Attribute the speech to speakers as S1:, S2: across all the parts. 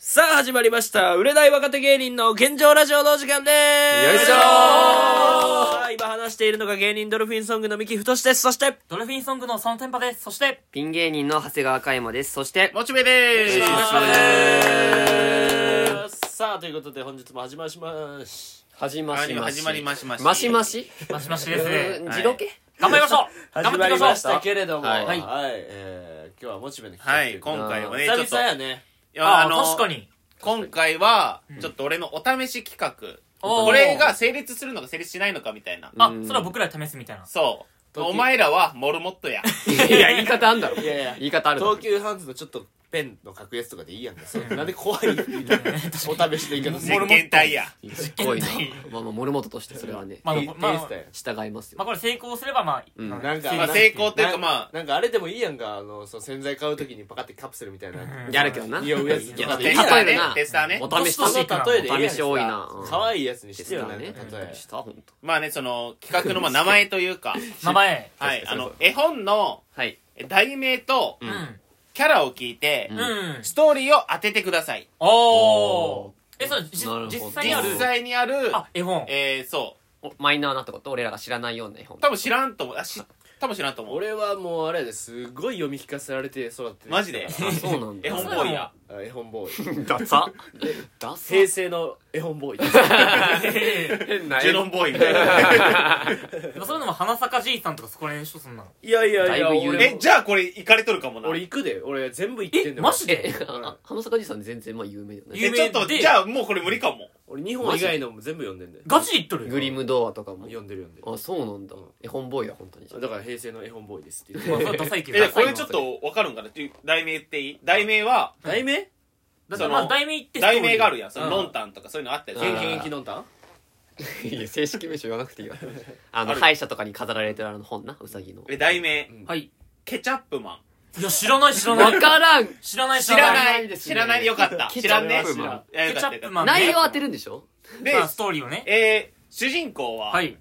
S1: さあ始まりました売れない若手芸人の現状ラジオのお時間です
S2: よいしょー
S1: さあ今話しているのが芸人ドルフィンソングの三木太ですそして
S3: ドルフィンソングのそのテンパです。そして、
S2: ピン芸人の長谷川嘉山です。そして、
S4: モチベです。
S1: さあということで本日も始まりまし
S2: 始ま
S4: 始
S2: しまし。
S4: まりましまし。
S2: ましまし
S3: マシマシです ね。
S2: 自ロケ
S3: 頑張りましょう
S1: 始
S3: 頑張
S1: ま
S3: ってい
S1: り
S3: きま
S1: ま
S3: し
S1: し
S3: ょう
S1: たけれども
S4: はい
S1: はい、えー今日はモチベの
S4: は
S1: 企
S4: い、
S1: 画とうこ
S4: 今回は
S1: と
S4: ね、
S1: で
S4: ちょ
S1: 久
S4: っと、
S1: 々やね
S4: いや
S3: ああ、確か。に。
S4: 今回は、ちょっと俺のお試し企画。
S3: おー
S4: これが成立するのか成立しないのかみたいな。
S3: あ
S2: う、ん
S3: それは僕らで試すみたいな。
S4: そう。
S1: 時
S4: お前らはモルモットや。
S2: いや、言い方あんだろ。
S1: いやいや
S2: 言い方あるだろ
S1: 東。急ハンズのちょっとペンの格安とかでいいやんかそれなんで怖いお試しでいいか
S4: 石鹸体や。
S2: すっごいな。まあまあ、モルモットとしてそれはね、
S3: まあ、
S1: いい
S3: まあ、
S1: いい
S3: ま
S1: っす
S3: あ
S1: ね
S2: 従います
S3: ま
S2: よ。
S3: あこれ成功すれば、まあ、
S2: ん
S3: まあ
S1: なんか
S3: 成
S4: まあ
S3: 立
S4: 成功というかまあ
S1: なんかあれでもいいやんかあのその洗剤買う時にパカってカプセルみたいな
S3: うん
S2: やるけどな。
S1: 匂うやつ
S2: いや、
S1: 例
S2: 例
S1: え
S2: え
S1: ばね
S2: るな。
S4: テスターね
S2: お試し
S1: その
S2: だ
S3: 年
S2: し
S3: 々
S2: た。
S1: 例えでいいやん
S2: お試し多いなうん
S1: 可愛いやつにしてよ
S2: だ
S1: なん
S2: ね
S1: か例え。
S2: したほんと。
S4: まあね、その、企画のまあ名前というか、
S3: 名前。
S4: はい、あ
S2: そうそう
S4: の、絵本の
S2: はい。
S4: 題名と
S3: うんん。
S4: キャラを聞いて
S2: う、ん
S3: うん。
S4: ストーリーを当ててください。
S3: お
S2: お
S3: ー。え、それ、じ
S2: なるほど
S3: 実際に
S4: 実
S3: ある。
S4: 際にある、
S3: あ、絵本。
S4: えー、そ
S2: おマイナーなってこと俺らが知らないような絵 本
S4: う。。多分知らんと思う。あ、し、多分知らんと思う。
S1: 俺はもうあれやですごい読み聞かせられて育ってる
S4: マジ で
S2: あそうなんだ。
S4: 絵本ボーイや。
S1: あ絵本ボーイ
S2: ダサ。ダサ。
S1: 平成の絵本ボーイです
S2: 変な
S4: ジェロンボーイみたいな。
S3: でも そういうのも、花坂じいさんとかそこら辺でしょ、そんなの。
S1: いやいやいや
S2: だいぶ言う
S1: 俺
S4: え
S1: も、
S4: じゃあこれ、行かれとるかもな。
S1: 俺行くで俺全部行ってんだ
S3: え
S1: よ
S3: マジで
S2: え、あ花坂じいさん全然まあ有名だね。
S3: 有
S4: え
S3: 名
S4: ちょっと
S3: で
S4: じゃあもうこれ無理かも
S1: 俺日本以外のも全部読んでんだよ
S3: ガチで言っとるよ
S2: グリムドアとかも。
S1: 読んでる読んで
S2: あ、そうなんだ。絵本ボーイだ、本当に。
S1: るだから平成の絵本ボーイですって言っ
S3: まあそれ
S1: て
S3: はダサいけど。
S4: えこれちょっと分かるんかなっていう題名言っていい題名は
S1: 題名
S3: だってま
S4: そ
S3: あ、
S4: の
S3: 題名言って
S4: 題名があるやんそ
S1: うん
S4: のロンタンとかそういうのあったや
S2: うん
S1: 現
S4: つ
S1: 役のんたん
S2: いや正式名称言わなくていいよあの
S4: ある
S2: 歯医者とかに飾られてるあの本なうさぎの
S4: え題名
S1: うん
S3: はい。
S4: ケチャップマン
S3: いや、知らない、知らな
S2: 分
S3: い。
S2: からん
S3: 知らない、
S4: 知ら
S2: 知ら
S4: な
S2: ない
S4: い
S2: です
S4: 知
S2: ね
S4: らないよかった
S2: ケ
S4: 知
S2: チャ
S4: ら
S2: ッ
S4: ん
S2: プ
S4: ね
S2: マン
S4: いやよか
S3: ケ
S4: ったよ
S3: チャップ
S4: か
S3: マ
S4: っ
S3: ン
S2: 内容当てるんでしょ
S4: たで
S3: まあ、ストーリーをね。
S4: えー主人公は
S3: はい。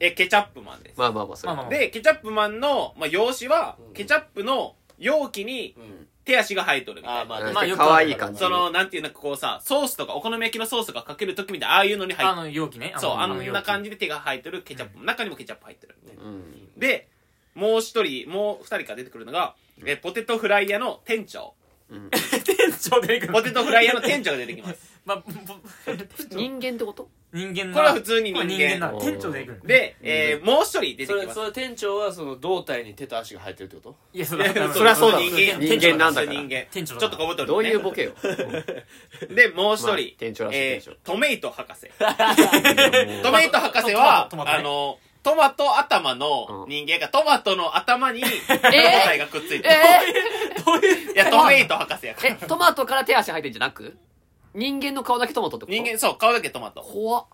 S4: えケチャップマンです
S2: まあまあまあそれ、
S3: まあまあ
S4: でケチャップマンのまあ容姿は
S1: うん
S4: ケチャップの容器に
S1: うん
S4: 手足が生えとるみた
S1: あ
S4: い
S1: ま
S4: な
S1: あ
S3: まあよくある
S2: 可愛い感じ
S4: そのなんていうのこうさソースとかお好み焼きのソースとかかけるときみたいなああいうのに入
S3: あ
S4: っ
S3: の容器ね。
S4: そうあんな感
S3: じ。
S4: じで手が生えてるケチャップ中にもケチャップ入ってる
S2: うん
S4: でもう一人もう二人から出てくるのが、えポテトフライヤーの店長
S2: うん、
S3: 店長出てくる。
S4: ポテトフライヤーの店長が出てきます
S3: まあ、ぼ
S2: 人間ってこと
S3: 人間な
S4: これは普通に
S3: これ
S4: 人間
S3: なの店長出てくる。
S4: で、えーもう一人出てき
S1: それ
S4: ます
S1: それ店長はその胴体に手と足が生えてるってこと
S3: いや、それ
S4: そりゃそうだ
S3: 人
S4: 人
S3: 間
S4: 間
S2: 人間なんだか
S4: 普通
S2: ら
S4: 人間
S3: 店長だ
S4: ちょっとこぶとる、ね、
S2: どういうボケよ
S4: でもう一人、
S2: まあ店長らしい
S4: え
S2: 店
S4: ートメイト博士
S2: も
S4: ト
S2: う
S4: メイト博士は
S3: トマトトマトね
S4: あのトマト頭の人間がトマトの頭に胴体がくっついてる、
S2: え
S3: どういう。
S4: いやトメイト博士やか
S2: ー、え
S4: ら
S2: トマトから手足入ってんじゃなく人間の顔だけトマトってこと
S4: 人間そう顔だけトマト
S2: 怖っ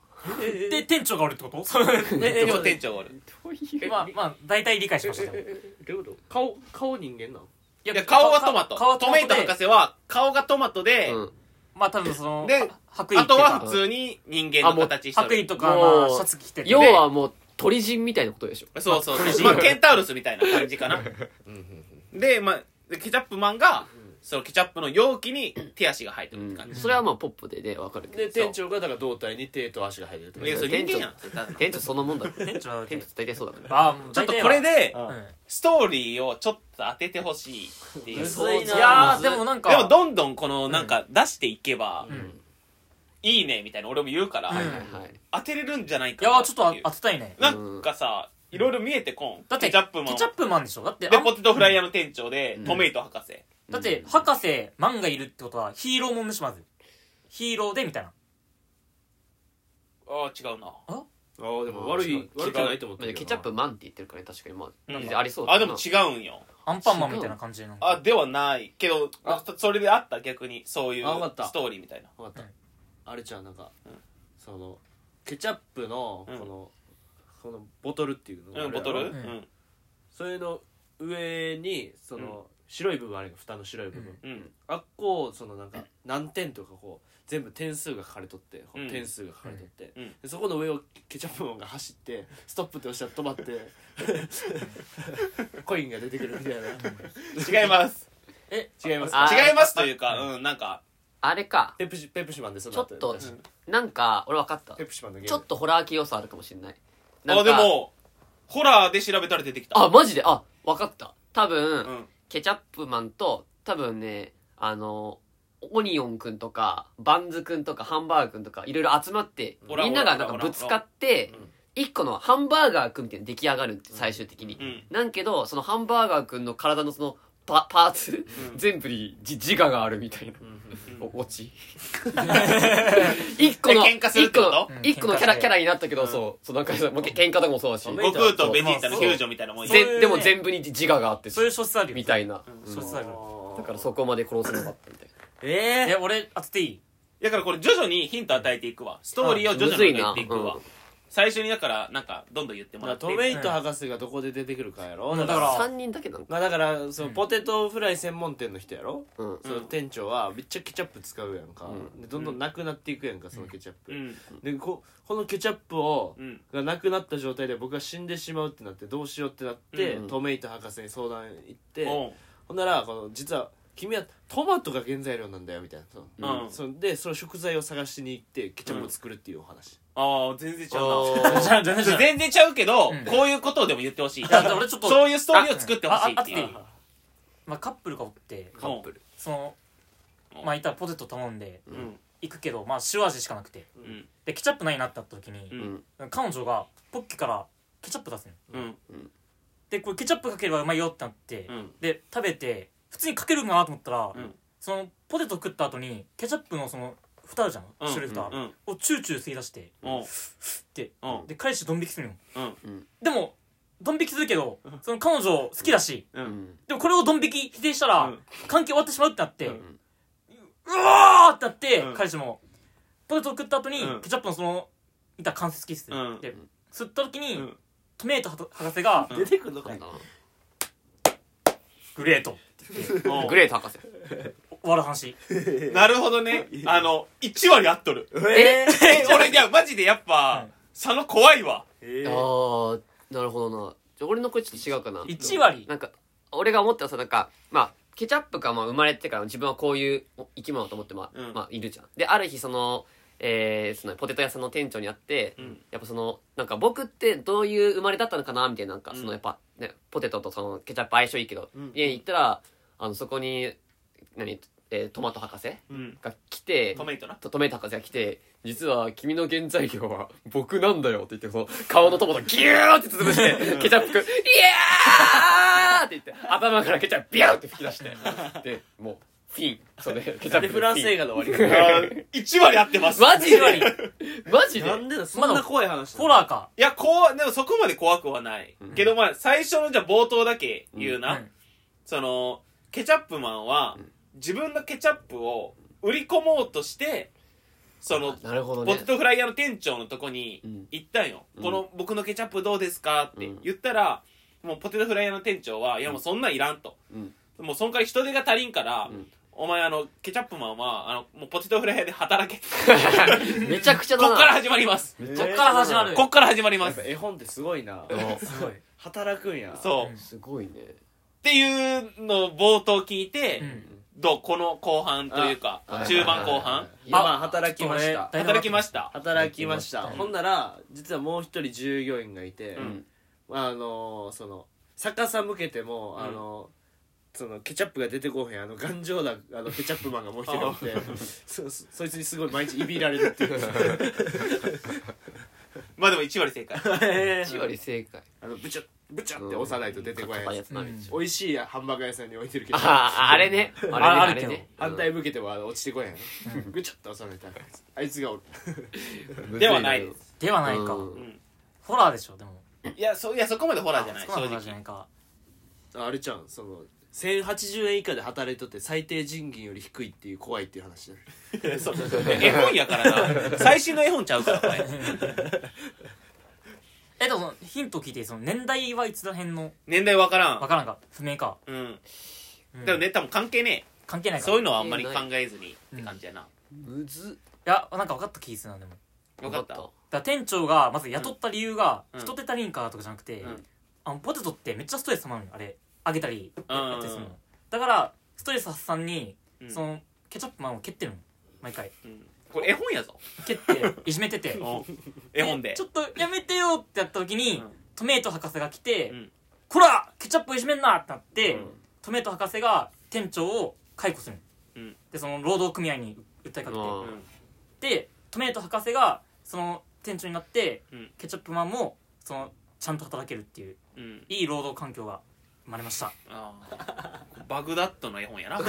S3: で、店長がおるってこと
S4: えでも店長がおる
S3: まあ、まあ、大体理解しました。い
S1: どういうこと顔顔人間なの
S4: いや顔はトマト
S3: 顔は
S4: トメイト博
S3: 士。
S4: 士は顔がトマトで、
S2: うん
S3: まあ、多分その、
S4: で
S3: 白衣
S4: あ
S3: って
S4: と
S3: いう
S4: は
S3: か
S4: 普通に人間の形し
S3: 白
S4: て
S3: 衣
S4: る。
S3: とか、ま
S2: も
S3: あ、
S2: う
S3: シャツ着てて。
S2: 要はもう鳥人みたいなことでしょ
S4: そうそう
S3: まあ
S4: そう。
S3: ま
S4: ま
S3: あ
S4: あ、ケンタウルスみたいな感じかな。
S1: うんうん
S4: で、まあ、でケチャップマンが、そのケチャップの容器に手足が生えて
S2: う
S4: るって
S2: ん
S4: 感じ。
S2: それはまあポップでねわかるけど
S1: で店長がだから胴体に手と足が生えてるって
S4: いや、
S1: こ
S4: それ
S2: 店長
S4: 人間やんそれただ の。
S2: 店長そのもんだから
S3: 店長は
S2: 店長大体そうだから
S3: ああ、もう
S4: ちょっ
S3: 大
S4: と
S3: 体は
S4: これ、で、
S1: と
S3: うん
S4: ストーリーをちょっと当ててほしいっていう。
S1: む
S4: で
S1: ずいない
S3: やー、でもなんか、
S4: も、どんどんこの、なんか、出していけば
S3: う、ん
S4: いいね、みたいな俺も言うから、
S3: うん
S2: はいはい
S4: 当てれるんじゃない
S3: い
S4: か
S3: や
S4: な
S3: ー、ちょっとあ当てたいね。
S4: な。なんかさ、いろいろ見えてこん。
S3: だって、
S4: ケチャップマン
S3: ケ。チャップマンでしょだって、
S4: で、
S3: あん
S4: ポテトフライヤーの店長で、トメイト博士。
S3: だって、博士、マンがいるってことは、ヒーローもんでしょまず。ヒーローで、みたいな。
S4: ああ、違うな。
S1: ああでも悪
S2: 違
S1: いう悪くないと思っ
S2: ま
S1: た
S2: あ
S1: け
S2: で
S1: ど
S2: ケチャップマンって言ってるからね確かにまあ、
S4: うん
S2: ありそうだ
S4: あ、
S2: な
S4: でも違うんよ。
S3: アンパンマンみたいな感じの。
S4: あ、ではない。けど
S1: あ、
S4: それであった逆に、そういう
S1: あわかった
S4: ストーリーみたいな。
S1: 分かっ
S3: うん
S1: たあれちゃんなんか
S4: ん
S1: そのケチャップのこ
S4: うん
S1: のこのボトルっていうのがあ
S4: うん、
S1: るや
S4: ボ
S1: ろ
S4: トルう
S3: うん
S4: ん。
S1: それの上にその白い部分あるやん蓋の白い部分
S4: うん。
S1: あっこそのなんか何点とかこう全部点数が書かれとって、
S4: うん
S1: 点数が書かれとって、
S4: うんうん
S1: でそこの上をケチャップマンが走ってストップって押したら止まってコインが出てくるみたいな
S4: 違います。
S3: え、
S1: 違います
S2: あ
S1: か
S4: 違いますというか、うん、なんか、
S2: あれか
S1: ペプシペプシマンでそ
S2: ちょっと
S1: うん
S2: なんか俺分かった
S1: ペプシマンのゲーム
S2: ちょっとホラー系要素あるかもしれないなんか
S4: あ、でも、ホラーで調べたら出てきた。
S2: あマジであ分かった多分、
S4: うん。
S2: ケチャップマンと多分ねあのオニオンくんとかバンズくんとかハンバーグくんとかいろいろ集まって
S4: オラ
S2: みんながなんかぶつかって
S1: オラオラ
S2: 一個のハンバーガーくんみたいなの出来上がるって最終的に、
S4: うん。
S2: なんけどそのハンバーガーくんの体のそのパパーツ、
S4: うん
S2: 全部にじ自我があるみたいな
S1: うん
S4: うん
S2: 落 ち一個の
S4: え喧嘩するっ
S2: 一
S4: て
S2: 個
S4: こ
S2: の
S4: と
S3: うん
S2: 一個の
S3: 喧嘩
S2: キ
S3: して
S2: ャラキャラになったけど、そうそうなんかそうもうけ喧嘩とかもそうだし
S1: うん
S4: 悟空とベジータのフュージョンみたいなもんや
S3: そう
S2: 全でも
S3: ね
S2: 全部に自我があって
S3: そういう小説あるよ
S2: みたいな、
S4: うん
S3: 小説あるよ
S2: だからそこまで殺せなかったみたいな
S1: え
S3: え俺当てていい
S4: だからこれ徐々にヒント与えていくわ。ストーリーを徐々
S2: むず
S4: に
S2: い
S4: 与
S2: な
S4: えていくわ
S2: うん。
S4: 最初にだから、なんか、どんどん言ってもら
S1: な
S4: って。
S1: トメイト博士がどこで出てくるかやろ、
S3: うん
S1: だか
S3: だから
S1: ら
S2: 3人だけなのか
S1: まあだからその
S3: うん
S1: ポテトフライ専門店の人やろ、
S2: うん
S1: その店長はめっちゃケチャップ使うやんか、
S2: うん
S1: でどんどんなくなっていくやんかそのケチャップ、
S4: うん。
S1: でここのケチャップを
S4: うん。
S1: がなくなった状態で僕が死んでしまうってなってどうしようってなって、
S2: うん
S1: トメイト博士に相談行って、
S4: おう
S1: ほんならこの実は君はトマトが原材料なんだよみたいなその
S4: うん。
S1: そのでその食材を探しに行ってケチャップを作るっていうお話、
S4: ああ、全然ちゃう
S2: あ
S3: じゃあじゃあじゃ
S4: な。
S3: あ
S4: 全然ちゃうけど
S3: うん、
S4: こういうことをでも言ってほしい。
S3: やじゃあ俺ちょっと
S4: そういうストーリーを作ってほしいってい
S3: あ
S4: う
S3: あ。まあカップルがおって
S2: カップル
S3: そのまあいたらポテト頼んで
S4: うん。
S3: 行くけどまあ塩味しかなくて
S4: うん。
S3: でケチャップないなってなった時に
S4: う、ん。
S3: 彼女がポッケからケチャップ出すのよ
S4: うん。
S3: でこれケチャップかければうまいよってなって、
S4: うん。
S3: で食べて普通にかけるかなと思ったら、
S4: うん
S3: そのポテト食った後にケチャップのその蓋あるじゃん、
S4: うん
S3: 白い蓋、
S4: うん。
S3: をチューチュー吸い出して
S4: おう
S3: で
S4: うん
S3: で彼氏ドン引きするの
S4: うん。
S3: でもドン引きするけどその彼女好きだし、
S4: う。
S2: うんん
S3: でもこれをドン引き否定したら、
S4: うん
S3: 関係終わってしまうってなって、
S4: う
S3: うんわーってなって、
S4: うん
S3: 彼氏もポテト食った後に、
S4: うん
S3: ケチャップのそのいた関節キス、
S4: うん
S3: で吸った時に、
S4: うん
S3: トメイト博士が、
S4: うん
S1: 出てくるのかい、
S3: グレート
S4: おう
S2: グレート博士
S3: 終わる話
S4: なるほどね。あの、1割合っとる。
S2: え
S4: え、俺、いや、マジでやっ
S3: う
S4: ぱ
S3: ん、
S4: 佐野怖いわ。
S1: え
S2: あ
S1: ー
S2: ーなるほどなじゃあ俺の声ちょっと違うかな
S3: 1割
S2: なんか俺が思ったさなんかまあケチャップがまあ生まれてから自分はこういう生き物だと思ってまあ、
S4: うん
S2: まあいるじゃんである日その,、えーそのポテト屋さんの店長に会って、
S4: うん
S2: やっぱそのなんか僕ってどういう生まれだったのかなみたいななんか
S4: うん
S2: そのやっぱ、ねポテトとそのケチャップ相性いいけど、
S1: うん
S2: 家に行ったらあのそこに何、えートマト博士
S4: うん。
S2: が来て
S4: トメイトな。
S2: とトメイト博士が来て実は君の原材料は僕なんだよって言ってその顔のトマトギューって潰してケチャップくんイエーって言って頭からケチャップビューって吹き出してでもうフィンそれケチ
S1: で
S2: ャップで
S1: フランス映
S2: 画
S1: 画の終わり
S4: 1割合ってます。
S2: マジでマジで
S1: なんでだそんな怖い話
S3: ホラーか
S4: いや、こう、でもそこまで怖くはない。
S2: うん
S4: けどまあ、最初のじゃあ冒頭だけ言うな。
S3: うん
S4: その、ケチャップマンは、自分のケチャップを売り込もうとして、その、
S2: なるほど
S4: ポ
S2: ね
S4: テトフライヤーの店長のとこに
S2: うん
S4: 行ったんよ。
S2: うん
S4: この、僕のケチャップどうですかって
S2: うん
S4: 言ったら、もうポテトフライヤーの店長は、いやもうそんなんいらんと。
S2: うん
S4: もうそんから人手が足りんから、
S2: うん
S4: お前あの、ケチャップマンは、あの、もうポテトフライヤーで働け。
S2: めちゃくちゃ
S4: こ
S2: だ
S4: っから
S2: な
S4: 始まります。
S1: め
S3: っちゃこっから始まる
S4: こっから始まり
S1: や
S4: ま
S1: っ
S4: す
S1: ぱ。絵本ってすごいな
S3: すごい
S1: 働くんや
S4: そう。
S3: うん
S2: すごいね
S4: っていうのを冒頭聞いて、
S3: うん
S4: どうこの後半というか
S2: あ
S4: 中盤後半
S1: 今働きました
S3: あちょっとね
S4: 働きました
S1: 働きました
S2: 働きました
S1: ほんなら実はもう一人従業員がいて、
S4: うん
S1: あのその逆さ向けても、
S4: うん
S1: あのそのケチャップが出てこうへんあの頑丈なあのケチャップマンがもう一人おって そそそいつにすごい毎日いびられるっていう
S4: まあでも1割正解
S2: 1割正解
S1: あのブチュッブチュッって押さないと出てこない
S2: 硬
S1: や
S2: や
S1: つ
S2: つなみ
S3: うん
S1: 美味しいハンバーガー屋さんに置いてるけど
S2: あーあれねあれね
S3: あ
S2: あ
S3: る
S2: れ
S3: けど
S2: ね
S1: 反対向けてもあの落ちてこないのぐちゃっと押さないとあいつがおる
S4: ではないです
S3: ではないか、
S2: うん
S3: ホラーでしょでも
S4: いやそいやそこまでホラーじゃない
S3: あそこまでホラーじゃ
S4: 正直
S3: ないか
S1: ああれちゃんその1080円以下で働いとって最低賃金より低いっていう怖いっていう話だね
S4: そう絵本やからな最新の絵本ちゃうからこれ
S3: えでもそのヒント聞いてその年代はいつら辺の
S4: 年代わから
S3: わ
S4: ん
S3: からんか不明か、
S4: うん
S3: うん
S4: でもネタも関係ね
S3: 関係な
S4: え
S3: いか
S4: そういうのはあんまり考えずにって感じやな
S2: むず
S3: いやなんか分かった気するなでもだか
S4: よかった
S3: ら店長がまず雇った理由が
S4: うん
S3: 人手足りんからとかじゃなくて、
S4: うん
S3: あのポテトってめっちゃストレスたまるのよあれ揚げたり
S4: うん
S3: やったりするのだからストレス発散に
S4: うん
S3: そのケチャップマンを蹴ってるの毎回
S4: うんこれ絵本やぞ
S3: 蹴 っていじめてて
S4: 絵本で
S3: ちょっとやめてよってやった時に、
S4: うん
S3: トメイト博士が来て「
S4: うん
S3: こらケチャップいじめんな!」ってなって、
S1: うん
S3: トメイト博士が店長を解雇する、
S4: うん
S3: でその労働組合に訴えか
S2: あ
S4: うん
S3: けてでトメイト博士がその店長になって、
S4: うん
S3: ケチャップマンもそのちゃんと働けるっていう
S4: うん
S3: いい労働環境が生まれました
S4: あーバグダッドの絵本やな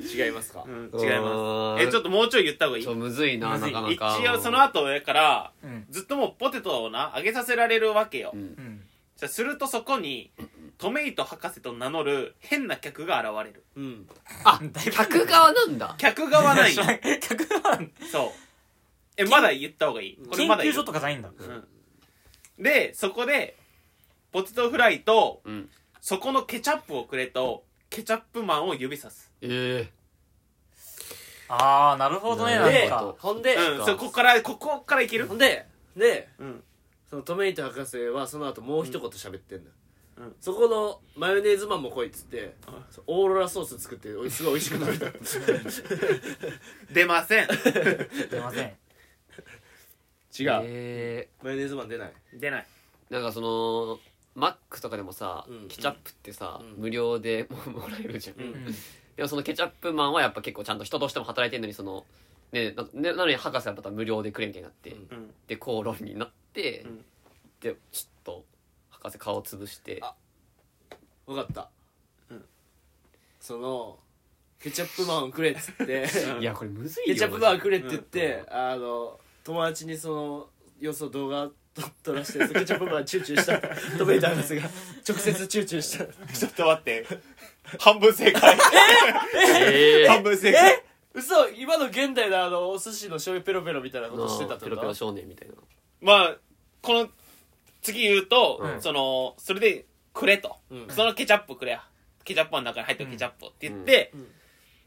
S1: 違いますか
S4: うん違い
S2: あ
S4: ま
S2: ー
S4: すえちょっともうちょい言った方がいい
S2: ちょむずいな
S3: むず
S2: ないかな
S4: 一
S2: か
S4: 応その後だから
S3: うん
S4: ずっともうポテトをな揚げさせられるわけよ、
S2: うん
S3: うん
S4: じゃあするとそこにトメイト博士と名乗る変な客が現れる
S1: うん
S2: あ
S3: だいぶ
S2: 客側なんだ
S4: 客側 ないよ
S3: 客が
S4: そうえまだ言った方がいいこれま
S3: 研
S4: だ言
S3: 究
S4: う
S3: 所とかじゃないんだ
S4: うんでそこでポテトフライと
S2: うん
S4: そこのケチャップをくれとケチャップマンを指さす
S2: え
S3: ああなるほどね
S2: な
S3: な
S2: る
S3: ん
S2: ほ
S3: か
S2: ど
S1: ほんで
S4: うんそこからここからいける
S1: ほんでで
S4: うん
S1: そのトメイト博士はその後もう一言喋ってんだ、
S4: うん
S1: そこのマヨネーズマンも来いっつって、オーロラソース作っておいすごい美味しくなる
S4: 出ません
S3: すいません
S1: 違
S2: ー、
S1: う、
S2: え
S1: マヨネーズマン出ない
S4: 出ない
S2: ー、なんかそのマックとかでもさ、
S1: うん
S2: ケチャップってさ、
S1: うん
S2: 無料で ももらえるじゃん、
S1: うん
S3: うん
S2: でもそのケチャップマンはやっぱ結構ちゃんと人としても働いてんのにそのねなねなのに博士はまた無料でくれみたいになって、
S1: うん
S4: うん
S2: で口論になって、
S4: うん
S2: でちょっと博士顔潰して
S1: あ分かった、
S4: うん
S1: そのケチャップマンをくれっつって
S2: いやこれむずいよ
S1: ケチャップマンくれって言っ
S2: う
S1: て、あの友達にその様子を動画撮撮らしてそのケチャップマンチューチューしたトメイト博士が直接チューチューした
S4: ちょっと待って半分正 解
S2: えー
S4: 半分正解
S1: 嘘今の現代のあのお寿司の醤油ペロペロみたいなことしてたって
S2: ペ
S1: こ
S2: ロペ
S1: と
S2: ロ少年みたいな
S4: まあこの次言うと、
S2: うん
S4: そのそれでくれと、
S1: うん
S4: そのケチャップくれやケチャップマンの中に入ってるケチャップをって言って、
S1: うんうん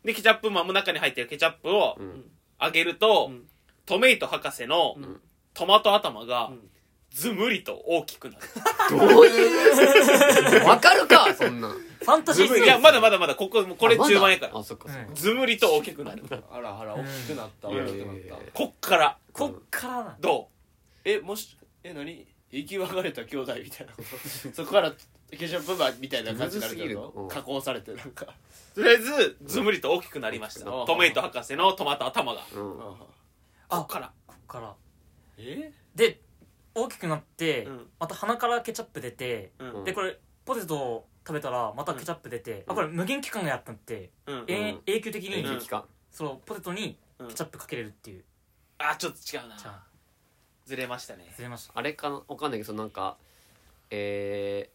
S4: でケチャップマンも中に入ってるケチャップを
S2: うん
S4: あげると、
S1: うん
S4: トメイト博士の
S1: ん
S4: トマト頭が
S1: うん
S4: ズムリと大きくなる、
S2: どういうわかるかそんなん
S3: ファンタジーすぎる
S4: いやまだまだまだここもうこれ
S2: あまだ
S4: 中盤やから
S2: あそっかそっか
S3: うん
S4: ズムリと大きくなる
S1: あらあら大きくなった
S2: うん
S1: 大きくなった、
S2: え
S4: こっから
S3: こっからな
S4: ど
S1: えもしえ何生き別れた兄弟みたいなこと そこからケチャップマンみたいな感じになるけ
S2: むずすぎる
S1: ど、
S2: うん
S1: 加工されてなんか、
S4: うとりあえずズムリと大きくなりました、
S1: うん
S4: トメイト博士のトマト頭が
S2: うん
S1: あ
S4: こっから
S3: こっから
S1: え
S3: で大きくなって、
S4: うん
S3: また鼻からケチャップ出て、
S4: うん
S2: うん
S3: でこれポテトを食べたらまたケチャップ出て、あこれ無限期間がやったって、
S4: うん
S3: えん、永久的に、
S4: うん
S2: 演劇か
S3: そのポテトに
S4: うん
S3: ケチャップかけれるっていう、
S4: あちょっと違う
S3: じゃ
S4: な
S3: あ
S4: ずれましたね
S3: ずれました
S2: あれかなわかんないけどそのなんかえ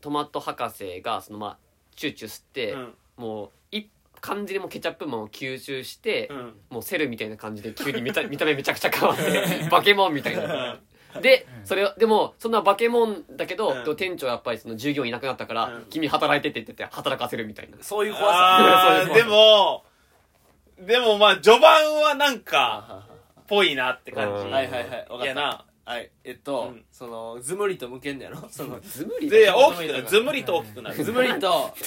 S2: ー、トマト博士がそのまあチューチュー吸って、
S4: うん
S2: もうい完全にもうケチャップマンを吸収して、
S4: うん
S2: もうセルみたいな感じで急に見た 見た目めちゃくちゃ変わって バケモンみたいなでそれをでもそんなバケモンだけど、
S4: うん
S2: でも店長やっぱりその従業員いなくなったから、
S4: うん
S2: 君働いてってって言って働かせるみたいな
S1: そういう怖
S4: あ
S1: さ
S4: ーでもでもまあ序盤はなん
S1: あ
S4: か
S1: は
S4: ぽいなって感
S2: う
S4: じ
S2: ん
S1: ははいはいはい分かった
S4: やな
S1: はいえっと、
S4: うん
S1: そのズムリと向けんねやろその
S2: ズムリ
S4: で大きくなるズムリと大きく なる
S1: ズムリと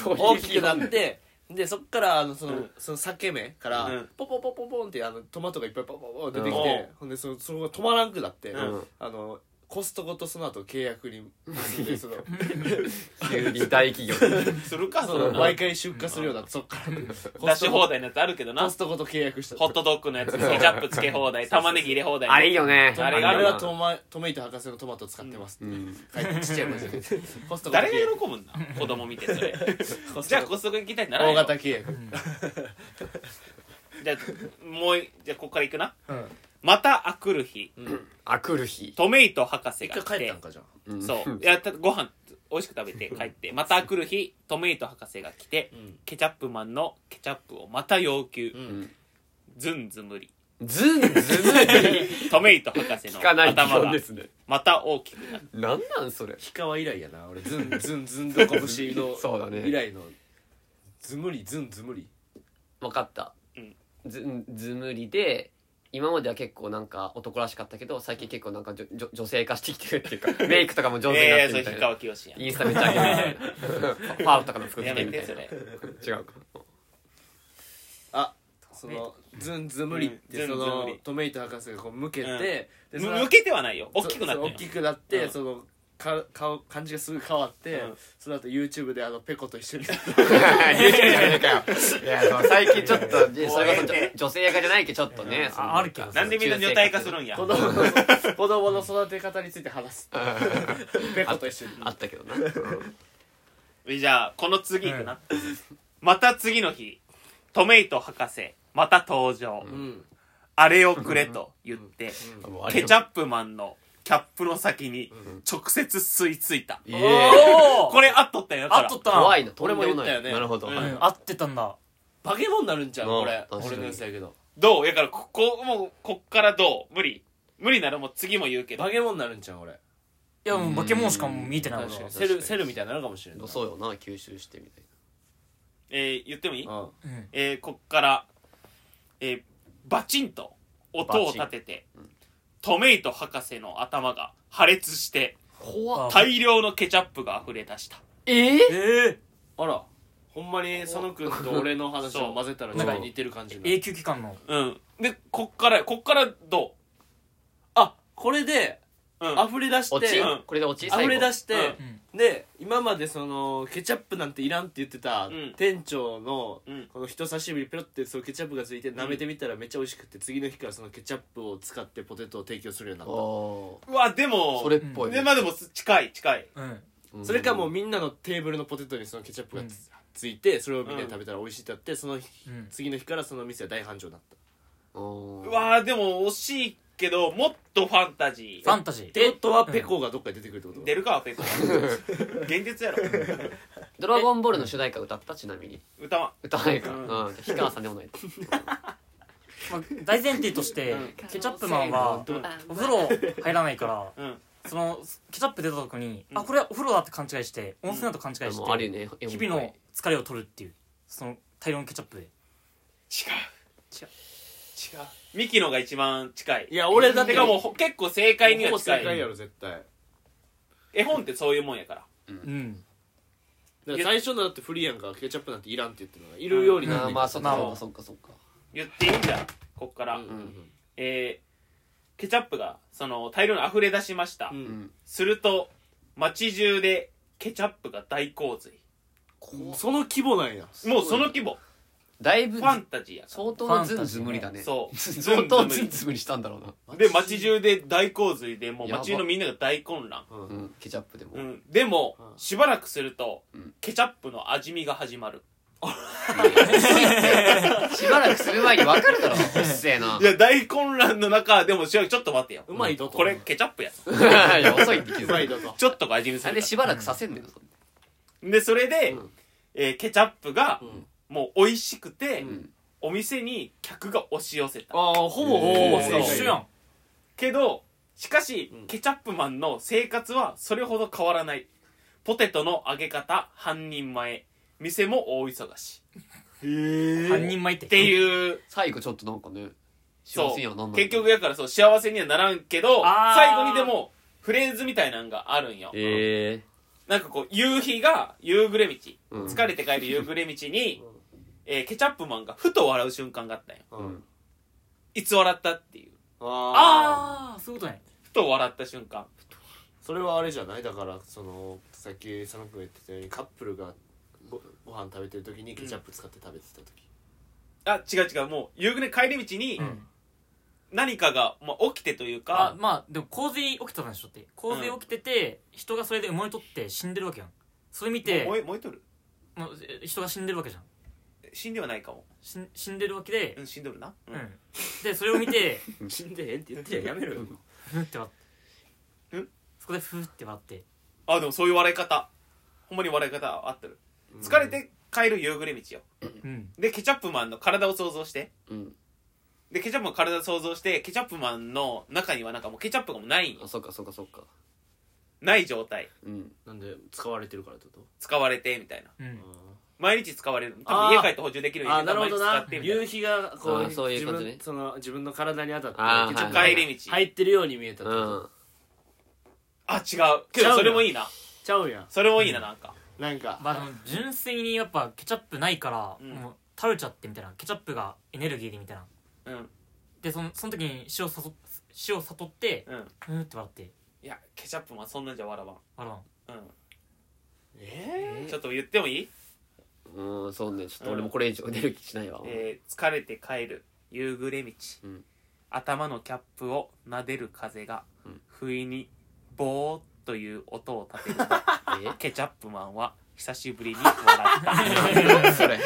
S2: どういう
S1: 大きくなってでそっからあのその,、
S4: うん
S1: その裂け目から、
S4: うん
S1: ポポポポポンってあのトマトがいっぱいポポポン出てき
S4: う
S1: て
S4: ん、
S1: ほんでそのその止まらんくなって、
S4: うん
S1: あのコストコとその後契約に結んでその
S2: 急に大企業です
S4: るか
S1: そ
S4: そ
S1: の
S4: んな
S1: 毎回出荷するようになってそっから
S4: 出し放題のやつあるけど
S1: コ
S4: な
S1: ストコと契約した
S4: ホットドッグのやつケチャップつけ放題玉ねぎ入れ放題
S2: あれいいよね
S4: あ
S1: あ
S4: れ
S1: れ
S4: がある
S1: は
S4: な
S1: トマトメイト博士のトマト使ってますって、書いてちっちゃい文字でコストコと契
S4: 誰
S1: 約
S4: が喜ぶんだ 子供見てそれ
S1: コス
S4: じゃあ
S1: トコ
S4: コストコ行きたいってならん
S1: 大
S4: よ
S1: 型契約
S4: じゃあもうじゃあここから行くな
S3: うん
S4: またあくる日
S2: あくる日
S4: トメイト博士
S1: 一
S4: が来
S1: 回帰ってたんかじゃあ
S2: ん
S4: そういやたご飯美味しく食べて帰ってまた来る日トメイト博士が来て、
S1: うん
S4: ケチャップマンのケチャップをまた要求、
S1: ん
S4: ズンズムリ
S2: ズンズムリ
S4: トメイト博士の
S2: 聞かない基
S4: 頭
S2: 本
S4: が
S2: ですね
S4: また大きくなる
S2: なんなんそれ
S1: 氷川以来やな俺ズンズンズンどこ節の
S2: そうだね
S1: 以来のズムリズンズムリ
S2: 分かった、
S4: うん
S2: ずずむりで今までは結構なんか男らしかったけど最近結構なんかじょじょ女性化してきてるっていうかメイクとかも上手になっ
S4: ええー、
S2: て
S4: それ
S2: みたい
S4: 氷
S2: な、
S4: 川きよしやん
S2: インスタめっちゃ上げてみたいなファーとかの服着
S4: や
S2: て
S4: め
S2: みた
S4: て
S2: い
S4: そ
S2: な
S4: れ
S2: 違うか
S1: あそのズンズムリってそ
S4: うんズンズム
S1: の
S4: リ
S1: トメイト博士がこう向け
S4: うん
S1: てでそ
S4: む
S1: の
S4: 向けてはないよ大きくなって
S1: そう
S4: る
S1: 大きくなって、
S4: うん
S1: そのか顔感じがすぐ変わって、
S4: うん
S1: その後 YouTube であのペコと一緒に
S2: いやそう最近ちょっとそれこ
S4: おええ
S2: そ女
S4: ね
S2: 女性がじゃないけどちょっとね
S3: ああるけど
S4: なんでみんな女体化するんや
S1: 子供の子供の育て方について話すペコと一緒に
S2: あったけどな
S4: じゃあこの次いくな、また次の日トメイト博士また登場、
S1: うん
S4: あれをくれと言って、
S2: もうあれ
S4: ケチャップマンのキャップの先に直接吸い付いた、
S2: いえ
S3: おお
S4: これあっとったよだか
S3: あ
S4: ら
S3: っとったな
S2: 怖いなと
S1: 俺
S2: ん
S1: も
S2: で
S1: 言
S2: も
S1: っ
S2: ない
S1: たよね
S2: なるほど、
S4: うん
S2: はい
S3: うん合ってたんだ
S1: バケモンになるんちゃう
S2: うん
S1: これ
S2: 確かに
S1: 俺のやつやけど
S4: どうやからここもうこっからどう無理無理ならもう次も言うけど
S1: バケモンになるんちゃう俺
S3: いやもう化け物しかもう見てない
S1: 確
S3: 俺
S1: か
S3: は
S1: にセルセルみたいになるかもしれない
S2: そうよな吸収してみたい
S4: えー言ってもいい、
S1: うん
S3: うん
S4: えーこっから、えーバチンと音を立てて、トメイト博士の頭が破裂して
S2: な怖
S3: っ
S4: 大量のケチャップが溢れ出した
S2: え
S3: えー
S1: あらほんまに佐野君と俺の話を混ぜたらちょっと似てる感じになる
S3: 永久期間の
S4: うんでこっからこっからど
S1: あこれで
S4: う、うん、
S1: 溢れ出し
S2: 落ち、
S1: て
S4: うん
S2: これで落ち
S1: 溢れ出
S2: し
S1: して、で今までそのケチャップなんていらんって言ってた
S4: うん
S1: 店長の
S4: うん
S1: この人差し指にペロってそのケチャップがついて舐めてみたらめっちゃ美味しくて次の日からそのケチャップを使ってポテトを提供するようになっ
S2: そう
S4: わでも
S2: それっぽい、
S4: でまあでも近い近い
S3: うん
S2: う
S1: た
S2: ん
S1: それかもうみんなのテーブルのポテトにそのケチャップがつ,、ついてそれをみんなで食べたら美味しいってなってその日、
S3: うん
S1: 次の日からその店は大繁盛になった
S2: うん
S4: うわでも惜しいけどもっとファンタジ
S3: ファ
S4: ー
S3: ンタジー
S1: ってことはペコがどっかに出てくるってこと、
S4: 出るかフェイク 現実やろ
S2: ドラゴンボールの主題歌歌ったちなみに
S4: 歌わ
S2: 歌わないか
S4: うん
S2: うん氷川さんでもない
S3: まあ大前提として
S4: うん
S3: ケチャップマンは
S4: うん
S3: お風呂入らないから
S4: んうん
S3: そのケチャップ出た時に
S4: うん
S3: あこれはお風呂だって勘違いして温泉だと勘違い
S2: もうある
S3: し
S2: よ
S3: て
S2: ね
S3: 日々の疲れを取るっていうその大量のケチャップで
S4: 違う違うミキのが一番近い
S1: いや俺だって
S4: てかもうほ結構正解に
S1: ほ
S4: は
S1: ぼ
S4: 近
S1: 正
S4: い
S1: 解やろ絶対
S4: 絵本ってそういうもんやから
S3: うん
S1: だから最初のだってフリーやんかケチャップなんていらんって言ってるのがいるようにな
S2: あ
S1: る
S2: ーまあそっか
S3: まあ
S2: そっかそっかそっか
S4: 言っていいんじゃんこっから、
S1: うんうん
S4: えーケチャップがその大量に溢れ出しました、
S1: うんうん
S4: すると街中でケチャップが大洪水
S1: こうその規模なんや
S4: もうその規模
S2: だいぶ
S4: ファンタジーやか
S2: 相当なズンズムリだね
S4: らそう
S2: 相当ズンズムリしたんだろうな
S4: で街中で大洪水でもう
S2: やば
S4: 街のみんなが大混乱
S1: うん
S2: うんケチャップでも
S4: うん、でも、
S1: うん
S4: しばらくすると、
S2: うん
S4: ケチャップの味見が始まる
S2: しばらくする前に分かるだろうっせえない
S4: や大混乱の中でもしばらくちょっと待ってよ
S1: うまいぞと
S4: これケチャップや
S2: いや遅いって気
S1: う
S2: づ
S1: まい
S2: い
S1: だと
S4: ちょっと味見す
S2: なんで
S4: るか
S2: しばらくさせんねんのそんな
S4: らでそれで、
S1: うん
S4: えーケチャップが
S1: うん
S4: もう美味しくて、
S1: うん
S4: お店に客が押し寄せた
S1: ああほぼ
S2: え
S1: ほ
S2: ー
S1: ぼ
S4: そう
S1: 正
S3: 一
S1: 解
S3: 緒やん
S4: けどしかし、
S1: うん
S4: ケチャップマンの生活はそれほど変わらないポテトの揚げ方半人前店も大忙し
S3: 半人前って
S4: っていう
S2: 最後ちょっとなんかね幸
S4: そ
S2: せにはなん
S4: う
S2: ない
S4: 結局やからそう幸せにはならんけど
S3: あー
S4: 最後にでもフレーズみたいなんがあるんよ、
S2: え
S4: なんかこう夕日が夕暮れ道、
S2: うん
S4: 疲れて帰る夕暮れ道に、えーケチャップマンがふと笑う瞬間があったんよ
S1: うん
S4: いつ笑ったっていう
S1: ああ
S3: ああそういうことね
S4: ふと笑った瞬間
S1: それはあれじゃないだからそのさっき佐野君が言ってたようにカップルがごご飯食べてる時にケチャップ使って食べてた時
S4: あ違う違うもう夕暮れ帰り道に
S3: うん
S4: 何かが、まあ、起きてという
S3: あ
S4: か、
S3: まあでも洪水起きてたんでしょって洪水起きてて人がそれで埋もれとって死んでるわけやんそれ見て
S4: 燃え燃えとる
S3: もうえ人が死んでるわけじゃん
S4: 死んではないかも、
S3: 死ん死んでるわけで
S4: うん、死んどるな、う
S3: うんんでそれを見て
S1: 死んでへんって言ってやめろよ
S3: ふーって笑って
S4: ん
S3: そこでふーって笑って
S4: あでもそういう笑い方ほんまに笑い方合ってる疲れて帰る夕暮れ道よ
S3: うん
S4: でケチャップマンの体を想像して
S2: うん
S4: でケチャップマンの体を想像してケチャップマンの中にはなんかもうケチャップがもうないんよ
S2: あそっかそっかそっか
S4: ない状態
S2: うん
S1: なんで使われてるからってこ
S4: 使われてみたいな
S3: うん
S4: 毎日使われる多
S1: あー
S4: 分家帰って補充できる
S1: と
S4: よ
S1: あ
S4: う
S1: あ
S4: に
S1: なるほど
S4: 毎日使
S1: な
S4: ってみたい
S1: 夕日がこ
S2: あ
S1: う
S2: ーそういう感じね
S1: 自分その自分の体に当たって
S2: あー
S1: ケチャップ
S4: な
S1: が
S4: 帰り道
S1: 入ってるように見えた
S2: う
S1: と
S2: ん
S4: あ違うけ
S1: ちゃうよ
S4: どそれもいいな
S1: ちゃうんや
S4: それもいいななんか
S1: なんか
S3: まあでも純粋にやっぱケチャップないから
S4: うん
S3: もう食べちゃってみたいなケチャップがエネルギーでみたいな
S4: うん
S3: でそのその時に塩誘っ塩誘って
S4: う
S3: う
S4: ん
S3: ーんって笑って
S4: いやケチャップマンそんなんじゃ笑わん
S3: 笑わん
S4: う
S1: え
S4: んちょっと言ってもいい、
S2: うんそうねちょっと俺もこれ以上出る気しないわ、
S4: えー疲れて帰る夕暮れ道、
S2: うん
S4: 頭のキャップを撫でる風が、
S2: うん
S4: 不意にボーッという音 を立てるとケチャップマンは久しぶりに笑った
S2: えなんそれ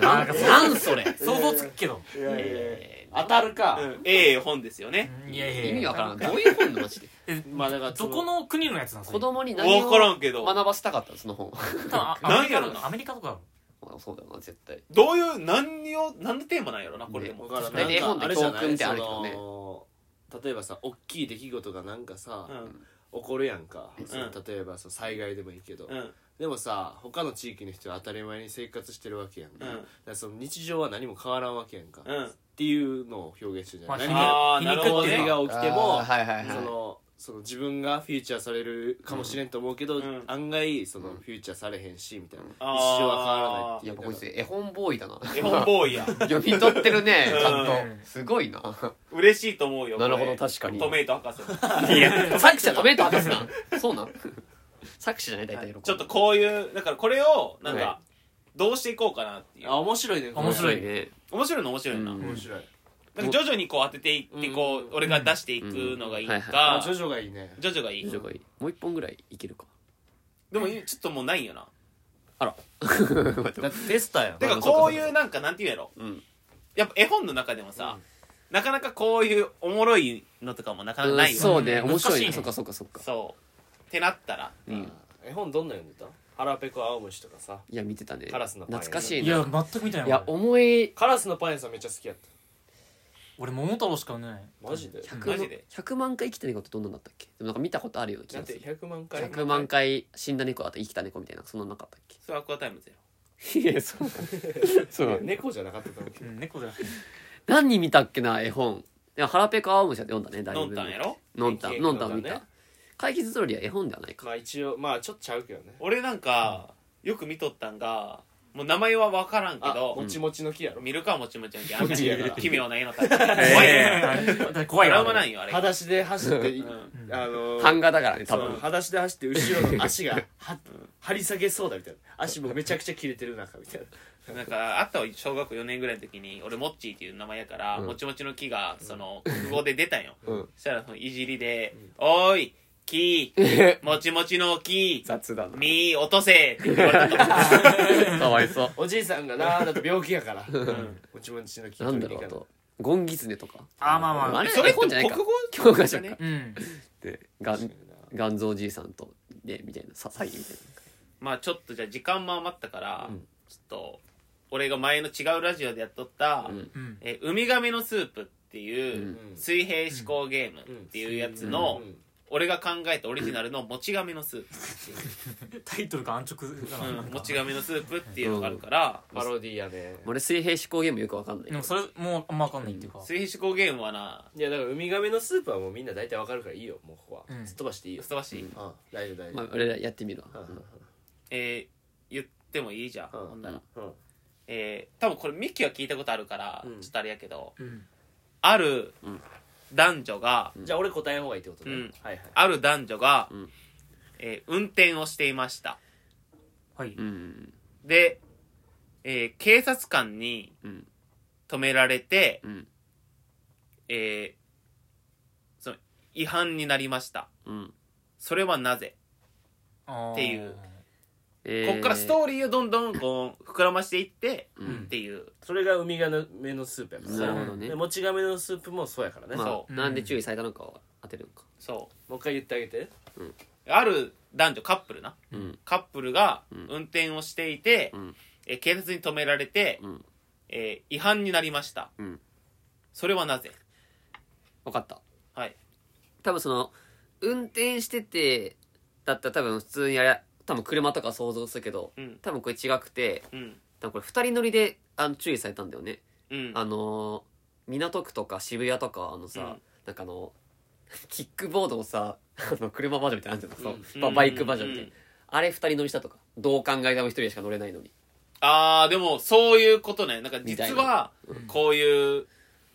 S2: なんなんそれ
S3: 想像つくけど、
S1: ー、いやいやい
S2: え
S1: や当たるか、
S4: うんええ本ですよね
S3: いやいや
S2: ー意味わからん
S3: ない
S2: どういう本のマジで
S1: まあだからそ
S3: ど
S1: の
S3: この国のやつなんです
S2: 子供に何
S4: 分から
S2: を
S4: んけど
S2: 学ばせたかったのその本
S4: なんやろな
S3: アメリカとかだろ
S2: まあそうだよな絶対
S4: どういう何を何のテーマなんやろなこれでも、
S1: わからん
S2: 大体絵本で
S1: なんかあれじゃない
S2: 教訓ってあるけどね
S1: その例えばさ大きい出来事がなんかさ、
S4: うん
S1: 起こるやんか、その例えばさ災害でもいいけど、
S4: うん
S1: でもさ他の地域の人は当たり前に生活してるわけやんか,、
S4: う
S1: だ
S4: ん
S1: からその日常は何も変わらんわけやんか、
S4: う
S1: っ
S4: ん
S1: ていうのを表現してるじゃん、
S3: まあ
S1: 何か
S4: あー
S3: 皮
S4: な
S3: 肉
S4: る
S1: 洪
S4: ほど
S1: 水
S4: ね
S1: が起きても、
S2: あーはいはい
S1: そ
S2: は
S1: のその自分がフューチャーされるかもしれんと思うけど、
S4: うん
S1: 案外そのフューチャーされへんしみたいな、一生
S4: あー
S1: は
S2: いい
S1: 変
S2: や
S1: わらないっていう
S2: っぱこいつ絵本ボーイだな
S4: 絵本ボーイや
S2: 読み取ってるねちゃん
S3: うん
S2: とすごいな
S4: 嬉しいと思うよ
S2: なるほ
S4: こ
S2: ど
S4: れ
S2: 確かに
S4: トメイト博士
S2: いや 作者止めて博士なんそうなん 作者じゃない大体喜ぶ
S4: ちょっとこういうだからこれをなん
S2: は
S4: かどうしていこうかなっていう
S1: あ面白いねこれ
S3: 面白い
S2: ね
S4: 面白いの面白いな、
S2: うん
S1: 面白い、
S4: なんか徐々にこう当てていってこう、
S1: うん
S4: 俺が出していくのがいいか、
S2: うん
S1: あジョジョがいいね
S4: 徐々がいい
S2: 以上がいいもう一本ぐらいいけるか
S4: でもちょっともうないよな
S2: 待って
S1: だってテスターやん
S4: てか
S2: まあそうか
S4: こういうなんかなんて言うんやろ
S2: うん
S4: やっぱ絵本の中でもさ、なかなかこういうおもろいのとかもなかなかないよ、ね
S2: そうね面白い
S3: 難しい
S2: ね
S3: ね
S2: そっかそっかそっか
S4: そうってなったら
S2: うん
S1: 絵本どんな読んでた腹ペコ青虫とかさ
S2: いや見てたね
S1: カラスのパン
S2: 懐かしい
S3: い
S2: な
S3: や全く見てない
S2: い
S3: わ
S2: や思い
S1: カラスのパン屋さんめっちゃ好きやっ
S3: 俺桃太郎しか見てない
S1: たマジで
S2: 100
S4: マジで
S2: 100万回生きた猫ってどんなんだったっけでもなんか見たことあるような気
S1: なん
S2: がす
S1: て
S2: る
S1: 100万回
S2: 100万回死んだ猫あと生きた猫みたいなそんなのなかったっけ
S4: それアクアタイムゼロ
S2: いやそうそ
S1: いや
S2: う
S1: 猫じゃなかったと思うけ
S3: う
S1: ど
S3: ん猫じゃなくて
S2: 何見たっけな絵本いや腹ペコ青虫だって読んだねだい
S4: 飲ん
S2: ぶ
S4: だんやろ
S2: ノンタン
S1: 元気
S2: ノンタン見
S1: ノンタ
S2: た
S1: ンね
S2: 解決ゾロリは絵本ではないか
S1: まあ一応まあちょっとちゃうけどね
S4: 俺なんか、よく見とったんがもう名前は分からんけ
S1: あ
S4: ど
S1: もちもちの木やろ
S4: 見るかもちもちの木あん
S1: も
S4: な
S1: ちやから
S4: 奇妙な絵のタイプ怖い
S3: え
S4: ね
S3: ー
S4: ト
S3: 怖い
S4: ラ
S3: わ
S4: ウマないよあれ
S1: 裸足で走ってい
S4: うん
S1: あのー
S2: 版画だからね
S1: そ
S2: 多
S1: う
S2: 分
S1: 裸足で走って後ろの足がは張り下げそうだみたいな足もめちゃくちゃ切れてる中みたいな
S4: なんかあったわ小学校4年ぐらいの時に俺モッチーっていう名前やから、
S2: うん
S4: もちもちの木がその国語で出たんよ、
S2: うん
S4: そしたらそのいじりで「おーい木もちもちの木
S2: 雑だ
S4: 実落とせ」って言われたと
S2: な かわいそう
S1: おじいさんがなーだと病気やから
S4: 思う、うん
S1: もちもちの木
S2: なんだろうあとゴンギツネとか
S3: あーまあまあ
S2: れ
S4: それ
S2: 絵本じゃないか
S4: 国語
S2: 教科書か
S4: だね
S3: うん
S2: でガ
S1: 確
S2: ン
S1: かにな
S2: ガンゾーじいさんとでみたいなさ詐欺みたい
S4: まあちょっとじゃあ時間も余ったから、
S2: うん
S4: ちょっと俺が前の違うラジオでやっとった
S2: う
S4: 「
S2: ん
S3: うん
S4: えウミガメのスープ」っていう、
S1: うん
S4: 水平思考ゲームっていうやつの、
S1: うん
S4: 俺が考えたオリジナルのもち亀のスープ
S3: タイトルが安直だななん
S4: も
S3: か
S4: ち亀のスープっていうのがあるから、
S1: パロディやね
S2: な俺水平思考ゲームよくわかんない
S3: でもそれもうあんま分かんないっていうか
S4: 水平思考ゲームはない
S1: やだからウミガメのスープはもうみんな大体わかるからいいよもうここ
S3: う
S1: は
S3: ん
S1: すっ飛ばしていいよ
S4: ふさわしい、
S1: うん大丈夫大丈
S2: まあ俺らやってみるわ
S1: 夫うん
S4: えー言ってもいいじゃん、
S1: うん
S4: ほんなら、
S1: うん
S4: えー多分これミキは聞いたことあるから、
S1: うん
S4: ちょっとあれやけど
S3: うん
S4: ある
S2: うん
S4: 男女が、
S1: じゃあ俺答えん方がいいってことね
S4: うん
S1: はいはい
S4: ある男女が、
S2: うん
S4: えー運転をしていました
S3: はい
S2: うん
S4: で、えー警察官に
S2: うん
S4: 止められて、
S2: うん
S4: えーその違反になりました
S2: うん
S4: それはなぜ
S3: っ
S4: っていう
S2: え
S4: こっからストーリーをどんどんこう膨らましていって
S2: う
S4: っ
S2: ん
S4: ていう、
S1: それがウミガメのスープやから
S2: なるほどね
S1: でもちガメのスープもそうやからね
S2: ま
S1: も
S2: あ
S4: そう
S2: なんで注意されたのかを当てるのか
S4: そう
S1: 一回言ってあげ て
S4: ある男女カップルな
S2: うん
S4: カップルが
S2: うん
S4: 運転をしていて、
S2: うん
S4: えー警察に止められて、
S2: うん
S4: えー違反になりました
S2: うん
S4: それはなぜ
S2: わかった
S4: はい
S2: 多分その運転しててだったら多分普通にあれ多分車とか想像するけど
S4: うん
S2: 多分これ違くて
S4: うん
S2: 多分これ2人乗りであの注意されたんだよね
S4: うん
S2: あのー港区とか渋谷とかあのさ、
S4: うん
S2: なんかあの キックボードをさ あの車バージョンみたいなのあるじゃん、そう
S1: うん
S2: ババイクバージョンみたいな、
S4: うん
S2: あれ2人乗りしたとかどう考えても1人しか乗れないのに
S4: ああでもそういうことねなんか
S2: みた
S4: 実
S2: い
S4: はこういう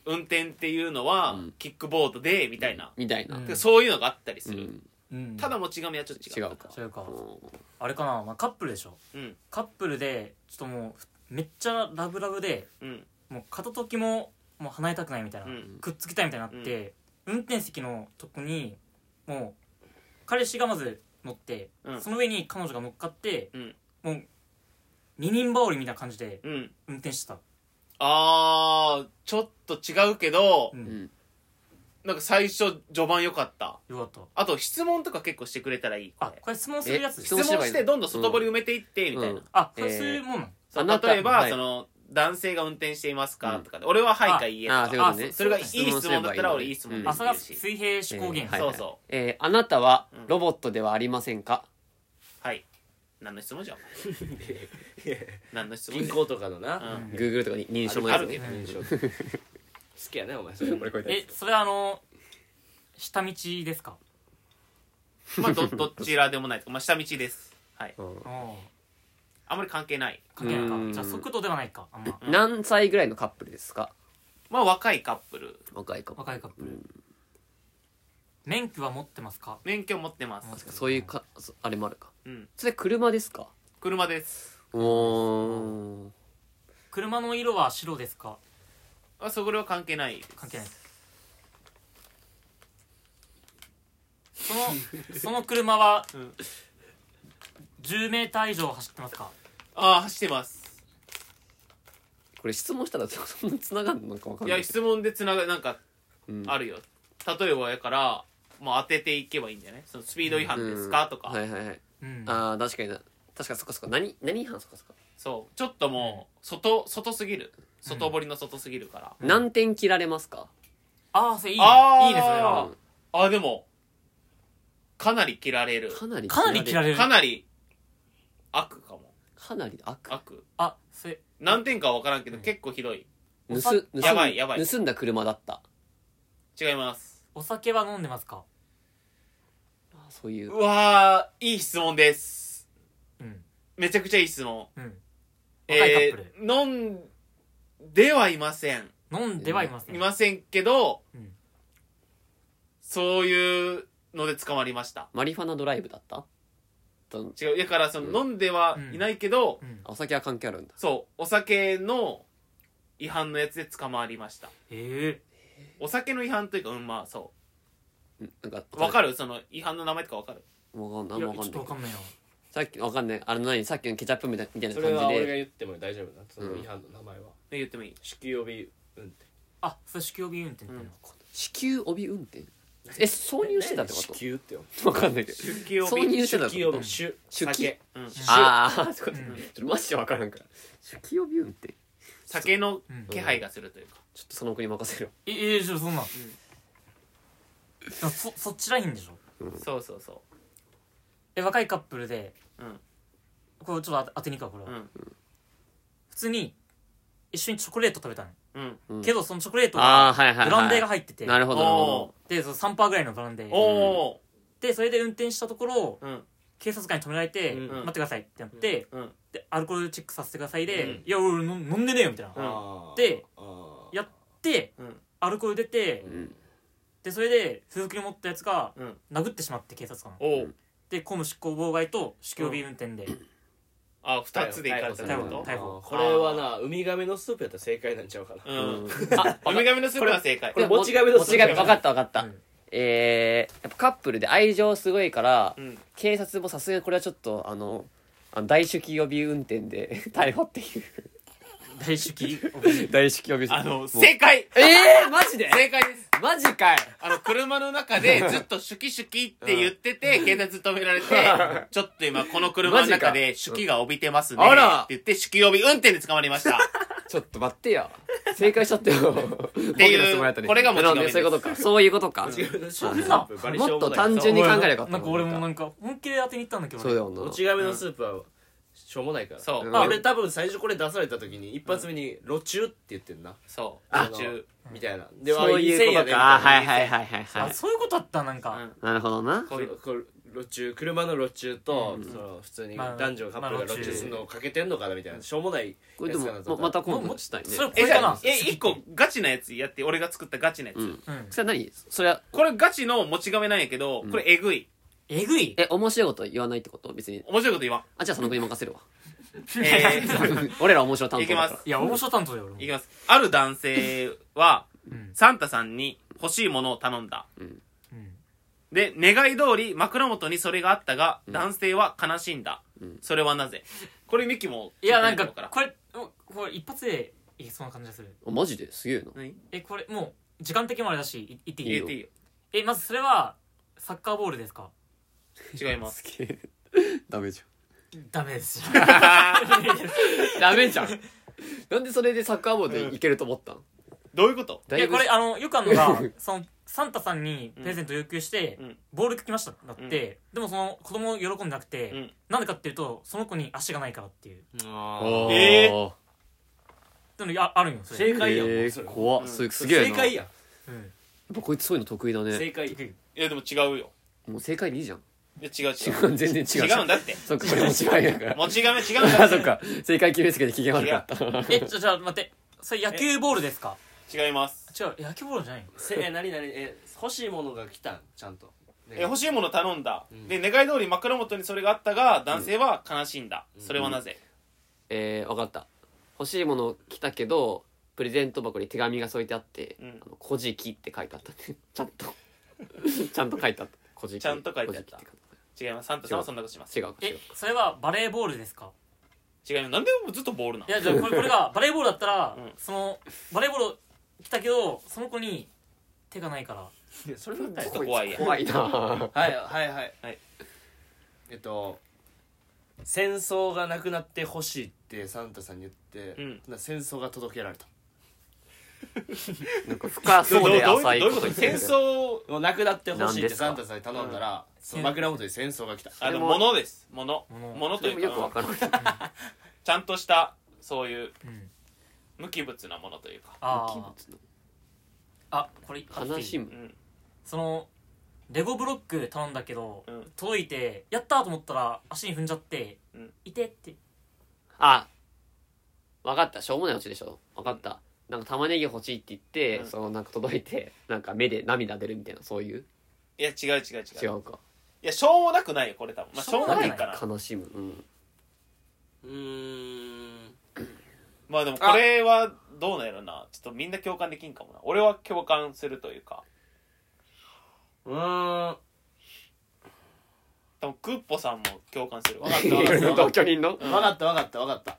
S4: 運転っていうのは
S2: うん
S4: キックボードでみたいな、
S2: みたいな
S3: うん
S4: でそういうのがあったりす
S2: う
S4: る、
S2: ん
S3: うん
S4: ただ持ち髪はちょっと
S2: 違
S4: 違う
S2: うか
S3: それか
S2: うん
S3: あれかな、まあ、カップルでしょ
S4: うん
S3: カップルでちょっともうめっちゃラブラブで
S4: うん
S3: もう片時ももう離れたくないみたいな、
S4: うん
S3: くっつきたいみたいになって、運転席のとこにもう彼氏がまず乗って、
S4: うん
S3: その上に彼女が乗っかって、
S4: うん
S3: もう二人羽織みたいな感じで
S4: うん
S3: 運転してた、
S4: あーちょっと違うけど
S3: う、、
S2: うんん
S4: なんか最初序盤良かった
S3: よかった
S4: あと質問とか結構してくれたらいいこ
S3: あ
S4: れ
S3: これ質問するやつ
S2: え
S4: 質
S2: 質
S4: 問
S2: 問すればいいの
S4: してどんどん外堀埋めていってみたいな、
S2: うん
S3: あこれそういうもんなの、
S4: そ
S2: あ
S4: う
S2: なた
S4: 例えば、
S2: はい
S4: その男性が運転していますか、
S2: うん
S4: とかで俺は「はい」か「いいえ」と
S2: ああ
S4: か
S2: そういうことね
S4: それがいい質問だったら俺いい質問
S2: うん
S4: で
S3: あそ
S4: すけ
S3: れ
S4: ど
S3: が
S4: し
S3: 水平思考
S2: え
S3: 原理、
S2: ー
S4: そう
S2: はいは
S4: そう
S2: いえーあなたは
S4: うん
S2: ロボットではありませんか
S4: はい何の質問じゃん何の質問
S1: 銀
S4: じゃ
S1: 行とかの
S4: ん、う
S1: な、
S4: ん
S2: Google とかに認証の
S4: あ
S2: や
S4: る
S2: つ
S4: ね
S2: ね
S1: うん 好きやねお前それ
S2: 俺これ
S3: えそれはあの下道ですか
S4: まあどどちらでもないですまあ下道ですはい
S3: あ
S4: あんまり関係ない
S3: あかけないうか
S2: ん
S3: じゃあ速度ではないかあんま
S4: うん
S2: 何歳ぐらいのカップルですか
S4: まあ若いカップル
S2: 若いカップル
S3: 若いカップル、免許は持ってますか
S4: 免許持ってます、
S3: あ
S2: そういうかそあれもあるか
S4: うん、
S2: それ車ですか
S4: 車です
S2: おお
S3: 車の色は白ですか
S4: あそこらは関係ないです
S3: 関係ないその その車は
S4: うん
S3: 10メーター以上走ってますか
S4: ああ走ってます
S2: これ質問したらそんな繋がんのかわか
S4: い
S2: んな
S4: や
S2: い
S4: 質問でつながなんか
S2: うん
S4: あるよ、例えばやからもう当てていけばいいんじゃないそのスピード違反ですか、とか、
S2: はいはいはい
S3: うん
S2: あー確かにな確かそっかそっか何何違反そっかそっか
S4: そうちょっともう外外すぎる外堀の外すぎるから、
S3: ん
S2: 何点切られますか
S3: あーそれいいね
S4: あー
S3: いいねそれは
S2: うん
S4: あでもかなり切られる
S2: かなり
S3: かなり切られる
S4: かなり悪かも
S2: かなり悪
S4: 悪
S3: あそれ
S4: 何点かは分からんけど結構ひどい
S2: 盗
S3: さ
S2: 盗ん
S4: やばいやばい
S2: 盗んだ車だった
S4: 違います
S3: お酒は飲んでますか
S2: あーそういう
S4: うわーいい質問です
S3: うん
S4: めちゃくちゃいい質問
S3: うん若いカップル、
S4: えー飲んではいません
S3: 飲んではいません
S4: いませんけど、
S3: うん
S4: そういうので捕まりました
S2: マリファナドライブだったと
S4: 違うだからその、
S2: う
S4: 飲んではいないけど、
S3: うん
S2: あお酒は関係あるんだ
S4: そうお酒の違反のやつで捕まりました
S3: え
S4: お酒の違反というかうんまあそ
S2: うんなんか
S4: うわか
S2: る
S4: るその違反の名前とかわかる
S2: わかんな
S3: えい
S2: い
S3: や
S2: わ
S3: ち
S2: か
S3: ょ
S2: ん
S3: っ
S2: な
S3: と
S2: い
S3: わかんないな
S2: さっきわかんないあれ何さっきのケチャップみたいみたいな
S1: それは
S2: 感じ
S1: 俺が
S2: で
S1: 言っても大丈夫だその違反の名前は
S4: ね言ってもいい
S1: 酒気帯び運転
S3: あそれ酒気帯び運転っていうの
S4: うん
S2: 至急帯運転え挿入してたってこ
S1: 子宮ってよ
S2: とわかんないけど
S4: 酒を
S2: 挿入してた
S1: 酒
S2: って
S1: 気
S2: こ
S1: 帯
S2: と
S1: び酒
S2: 酒
S1: 酒
S4: うん、
S2: ああそういう
S3: う
S2: こと
S3: ん
S2: ちょっとマジでわからんから酒気帯び運転
S4: 酒の
S3: うん
S4: 気配がするというか、
S2: ちょっとその子に任せる
S3: ええじゃあそんな、そそっちラインでしょ
S4: そうそうそ
S3: え若いカップルで
S4: ううん
S3: これちょっと当てに行くわこ
S4: う
S3: れは、
S4: ん
S3: 普通に一緒にチョコレート食べたの、
S4: う
S2: う
S4: ん
S2: ん
S3: けどそのチョコレート
S2: ああ
S3: が
S2: はいはいはい
S3: ブランデーが入ってて、
S2: なるほどなるほ
S4: おー
S2: ど
S3: でその3%ぐらいのブランデー
S4: お
S3: でそれで運転したところ
S4: おうん
S3: 警察官に止められて、
S1: うん
S3: 待ってくださいってなって、
S4: うん
S3: でアルコールチェックさせてくださいで、
S4: うん
S3: いや俺飲ん飲んでねえよみたいな、
S4: うん
S1: あー
S3: で
S1: あー
S3: やで
S4: うん
S3: アルコール出て、
S2: うん
S3: でそれで風俗に持ったやつが
S4: うん
S3: 殴ってしまって警察官を
S4: おう
S3: で公務執行妨害と酒気帯び運転で、
S4: あ二つでいかれたってこと
S3: 逮捕
S1: あーこれはなウミガメのスープやったら正解なんちゃうかな
S4: う
S2: うん
S4: ん
S2: あ
S4: ウミガメのスープは正解
S1: これもち亀の
S2: も
S1: スープ
S2: ち亀分かった分かった、
S3: うん
S2: えー、やっぱカップルで愛情すごいから、
S4: うん
S2: 警察もさすがにこれはちょっとあのあの大手記予備運転で 逮捕ってい
S3: 大手記
S2: う 大手記予備
S4: あの
S2: せ
S4: 正解
S2: えー、マジで
S4: 正解です
S2: マジかい
S4: あの車の中でずっとシュキシュキって言ってて警察止められてちょっと今この車の中で手記が帯びてますね
S2: あ
S4: って
S2: ら
S4: 言って手記帯び運転で捕まりました
S2: ちょっと待ってよ正解しちゃったよって
S4: いうこれがもち亀です
S2: そういうことかそういうことか
S1: もち亀のス
S2: そう
S1: ープバリしょ
S2: もっ
S1: うも
S2: と
S1: ない
S2: 単純に考えればよかった
S3: なんか俺もな
S2: なん
S3: んか本気で当てに行ったんだけど
S2: そうだよな
S1: もち亀のスープはしょうもないから
S4: そううん
S1: まあ俺多分最初これ出された時に一発目に「路中」って言ってんな
S4: そう
S1: あ
S4: 途中
S1: みたいなで
S2: そういうことか
S1: あ
S2: はいはいはいはいは
S3: あ
S2: い
S3: そういうことだったなんか、
S4: うん
S2: なるほどな
S1: こ
S4: こういう
S1: うこう路中車の路中と、
S2: うん
S1: その普通に
S3: まあ
S1: 男女カップルが
S3: まあ
S1: 路中するのをかけてんのかなみたいなしょうもない
S2: これでも
S1: やつかなと
S2: ま
S1: 思
S2: ま
S1: った
S2: た今度したいね
S3: それこ
S4: え
S3: れ
S4: じ
S3: か
S4: ゃあ
S3: な
S4: え一個ガチなやつやって俺が作ったガチなやつ、
S2: うん
S3: うん
S2: それは何それは
S4: これガチの持ち亀なんやけどこれえぐい
S3: えぐい
S2: え面白いこと言わないってこと別に
S4: 面白いこと言わん、
S2: あじゃあ佐野君に任せるわ
S4: えー
S2: 俺ら面白担当だから
S4: いけま
S3: いや面白担当だよ俺
S4: いき
S3: も
S4: ますある男性は
S3: うん
S4: サンタさんに欲しいものを頼んだ
S3: うん
S4: で願い通り枕元にそれがあったが、男性は悲しんだ、
S2: うん
S4: それはなぜこれミキも
S3: いやなん
S4: 聞
S3: か
S4: てると
S3: これ
S4: 思う
S3: もうこれ一発でいけそうな感じがする
S2: あマジですげえな
S4: ら何
S3: えこれもう時間的にもあれだしい言ってい
S4: 入
S3: い
S4: れていいよ
S3: えまずそれはサッカーボールですか
S4: 違います
S2: げえ ダメじ
S3: ダメです
S2: ゃんダメじゃんなんでそれでサッカーボールでいけると思ったん
S4: どういうこと
S2: だ
S3: いやこれあのよくあるの がそのサンタさんに
S4: うん
S3: プレゼント要求して、
S4: うん
S3: ボール来ましただって、でもその子供喜んでなくて、
S4: うん
S3: なんでかっていうとその子に足がないからっていう
S5: あ
S4: え
S2: ー
S3: でもやあるんよそれ、
S1: 正解やん、
S2: えー
S1: それ
S2: 怖
S4: うん
S2: っそれすげえな
S1: 正解やん
S3: うん
S2: やっぱこいつそういうの得意だね
S1: 正解
S4: いやでも違うよ
S2: もう正解でいいじゃん
S4: いや違う違
S2: 全
S4: う
S2: 然違う
S4: 違うんだって
S2: そっかこれも違いだから
S4: 持ち亀違うんだ
S2: あ
S4: っ
S2: そっか正解決めつけて機嫌悪かった
S3: えじゃじゃあ待ってそれ野球ボールですか
S4: て違います
S3: 違う野球ボールじゃないの
S1: せえ何何え欲しいものが来たんちゃんと、
S4: え欲しいもの頼んだ、
S1: ん
S4: で願い通り枕元にそれがあったが男性は悲しんだ、それはなぜ、
S2: えー、分かった欲しいもの来たけどプレゼント箱に手紙が添えてあって「
S4: うん
S2: あの古事記」って書いてあったねちゃんとちゃんと 書いてあった古事記
S4: ちゃんと書いてあった
S2: 古事記って
S4: 違いますサンタさんはそんなことします
S2: 書いてあった違う違
S3: え
S2: う
S3: それはバレーボールですか
S4: 違いますなんでずっとボールない
S3: やじゃあ これこれがバレーボールだったら、
S4: うん
S3: そのバレーボール来たけどその子に手がないから
S1: いやそればっか
S4: ち
S1: り
S4: ょっと怖いやん
S2: 怖い な
S1: はいはいはい
S4: はい
S1: えっと戦争がなくなってほしいってサンタさんに言って、
S4: うん
S1: な戦争が届けられた
S2: なんか深そうで
S4: ど
S2: 浅い
S4: どういうこと
S2: 言って
S4: 戦
S2: る
S4: 争
S1: もうなくなってほしい
S2: 何
S1: っ
S2: で
S1: て
S2: すか
S1: サンタさんに頼んだら、その枕元に戦争が来た
S4: あ
S2: そ
S4: の
S2: れも
S4: 物です物
S3: 物
S4: 物と
S2: でも
S4: い
S2: よ
S4: う
S2: く
S4: か
S2: わからない
S4: ちゃんとしたそういう
S3: うん
S4: 無機物なものというか、
S3: あああこれ一発でい
S2: 悲
S3: い
S2: し
S4: う
S2: む
S4: ん、
S3: そのレゴブロック頼んだけど、
S4: うん
S3: 届いてやったーと思ったら足に踏んじゃって、
S4: うん
S3: いてって
S2: あ分かったしょうもないオチでしょ分かったなんか玉ねぎ欲しいって言って、
S4: うん
S2: そのなんか届いてなんか目で涙出るみたいなそういう
S4: いや違う違う違う
S2: 違うか
S4: いやしょうもなくないよこれ多分、まあ、し
S3: しょ
S4: ょう
S3: う
S4: も
S3: もな
S4: なく
S3: い
S4: いかな
S2: 悲しむうん
S1: うーん
S4: まあでもこれはどうなんやろなちょっとみんな共感できんかもな俺は共感するというか
S1: うーん
S4: 多分クッポさんも共感す るわかったわかった
S2: 同居人の
S4: うん
S1: 分かった分かった分かった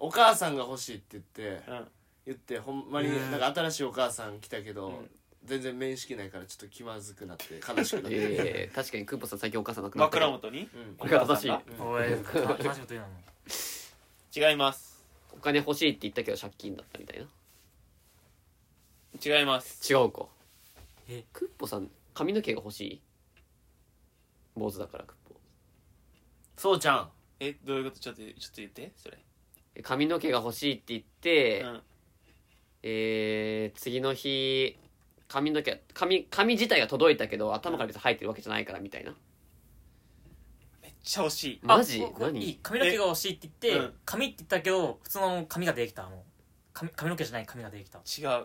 S1: お母さんが欲しいって言って
S4: うん
S1: 言ってほんまに
S3: うん
S1: なんか新しいお母さん来たけど、
S4: ん
S1: 全然面識ないからちょっと気まずくなって悲しくなっ て、
S2: えー、確かにクーポさん最近お母さん亡くなったけ
S4: 枕
S2: ど
S4: 元に
S1: うん
S2: これが正しい
S3: おい楽しいこと言うなもう
S4: 違います
S2: お金欲しいって言ったけど借金だったみたいな
S4: 違います
S2: 違うか
S3: え
S2: クッポさん髪の毛が欲しい坊主だからクッポ
S1: そうちゃん
S4: えどういうことちょっとちょっと言ってそれ
S2: え髪の毛が欲しいって言って、
S4: うん
S2: えー、次の日髪の毛髪髪自体が届いたけど頭から別に生えてるわけじゃないからみたいな
S4: めっちゃ惜しい
S2: マジ
S3: あここいい
S2: 何
S3: 髪の毛が欲しいって言って、
S4: えうん
S3: 髪って言ったけど普通の髪ができたもう髪髪の毛じゃない髪ができた
S4: 違う
S3: 違う違う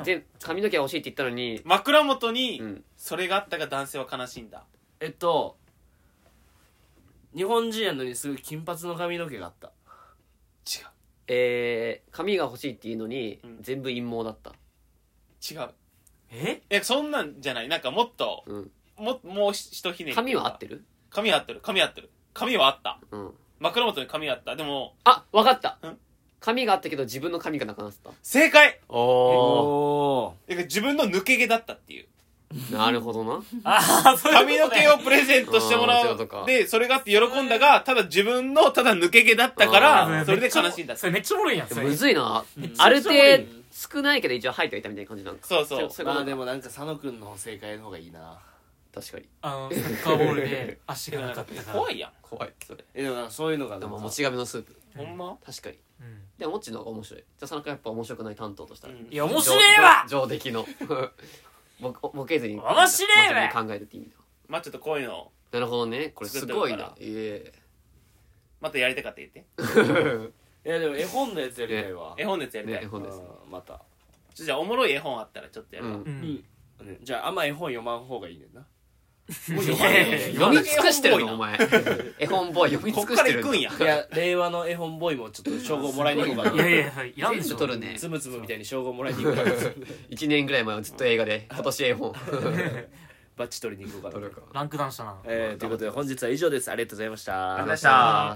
S3: 違う
S2: で髪の毛が欲しいって言ったのに
S4: 枕元に
S2: うん
S4: それがあったが男性は悲しんだ
S1: えっと日本人やのにすごい金髪の髪の毛があった
S4: 違
S2: えー、髪が欲しいっていうのに、
S4: うん
S2: 全部陰謀だった
S4: う違う
S3: え
S4: えそんなんじゃないなんかもっと
S2: うん
S4: ももうひとひねり
S2: 髪は合って
S4: る
S2: る
S4: 髪は合ってる髪は合ってる髪はあった
S2: うん
S4: 枕元に髪はあったでも
S2: あわかった
S4: うん
S2: 髪があったけど自分の髪がなくなってた
S4: 正解
S2: お
S1: お
S4: え自分の抜け毛だったっていう
S2: なるほどな
S3: ああそういうこと
S4: 髪
S3: ね
S4: の毛をプレゼントしてもら
S2: あーそういうことか
S4: うでそれがあって喜んだがただ自分のただ抜け毛だったか
S2: あ
S4: ら
S2: ー
S4: それで悲しんだ
S3: それめっちゃおもろいやん
S2: で
S3: そ
S2: も
S3: れ
S2: むずいな
S3: うん
S2: ある程
S3: めっちゃ
S2: 度少ないけど一応生えてはいたみたいな感じなんか
S4: そうそう
S2: そうい
S1: ま
S2: うこ
S1: あ
S2: と
S1: で
S2: か
S1: もなんか佐野くんの正解の方がいいな
S2: 確かに
S3: あのサッカーボールで足がなかったから
S4: 怖いやん
S2: 怖いそれ
S1: えでもなんかそういうのが
S2: で
S1: なん
S2: も
S1: か
S2: もち亀のスープ
S4: ほんま
S2: 確かに
S3: うん
S2: でももっちの方が面白いじゃあそのやっぱ面白くない担当としたら
S4: うん
S3: いや面白いわ
S2: 上上出来の ボボケずに
S3: 面白いわ
S2: 真面目に考えるって意味では
S4: まあちょっとこういうの
S2: なるほどねこれすごい
S4: 作
S2: な
S4: っ
S2: いえ
S4: またやりたかった言って
S1: いやでも絵本のやつやりたいわ
S4: 絵本のやつやりた
S2: ね
S4: い、
S2: 絵
S1: う
S2: 本
S1: ん
S2: ですね
S1: また
S4: ちょじゃあおもろい絵本あったらちょっとや
S2: う
S4: るわ、
S2: ん
S3: うん
S1: ねじゃああんま絵本読まん方がいい ねんな
S4: もう読まない
S1: や
S2: 読み尽くしてるのお
S4: な
S2: 前絵本ボーイ読み
S4: こ
S2: 尽く
S4: っか
S2: し
S4: ら
S2: てる
S4: 行くんや
S1: いや令和の絵本ボーイもちょっと称号もらいに行こうか
S3: いや
S1: ない
S3: やはいやんでし
S2: 全
S3: ょ
S2: 部取るね
S1: つむつむみたいに称号もらいに行こうかな
S2: 1年ぐらい前はずっと映画で今年絵本
S1: バッチ取りに行こうか
S2: 撮
S1: な
S2: るか
S3: ランクダウンしたな
S1: えーということで本日は以上ですありがとうございました
S2: ありがとうございました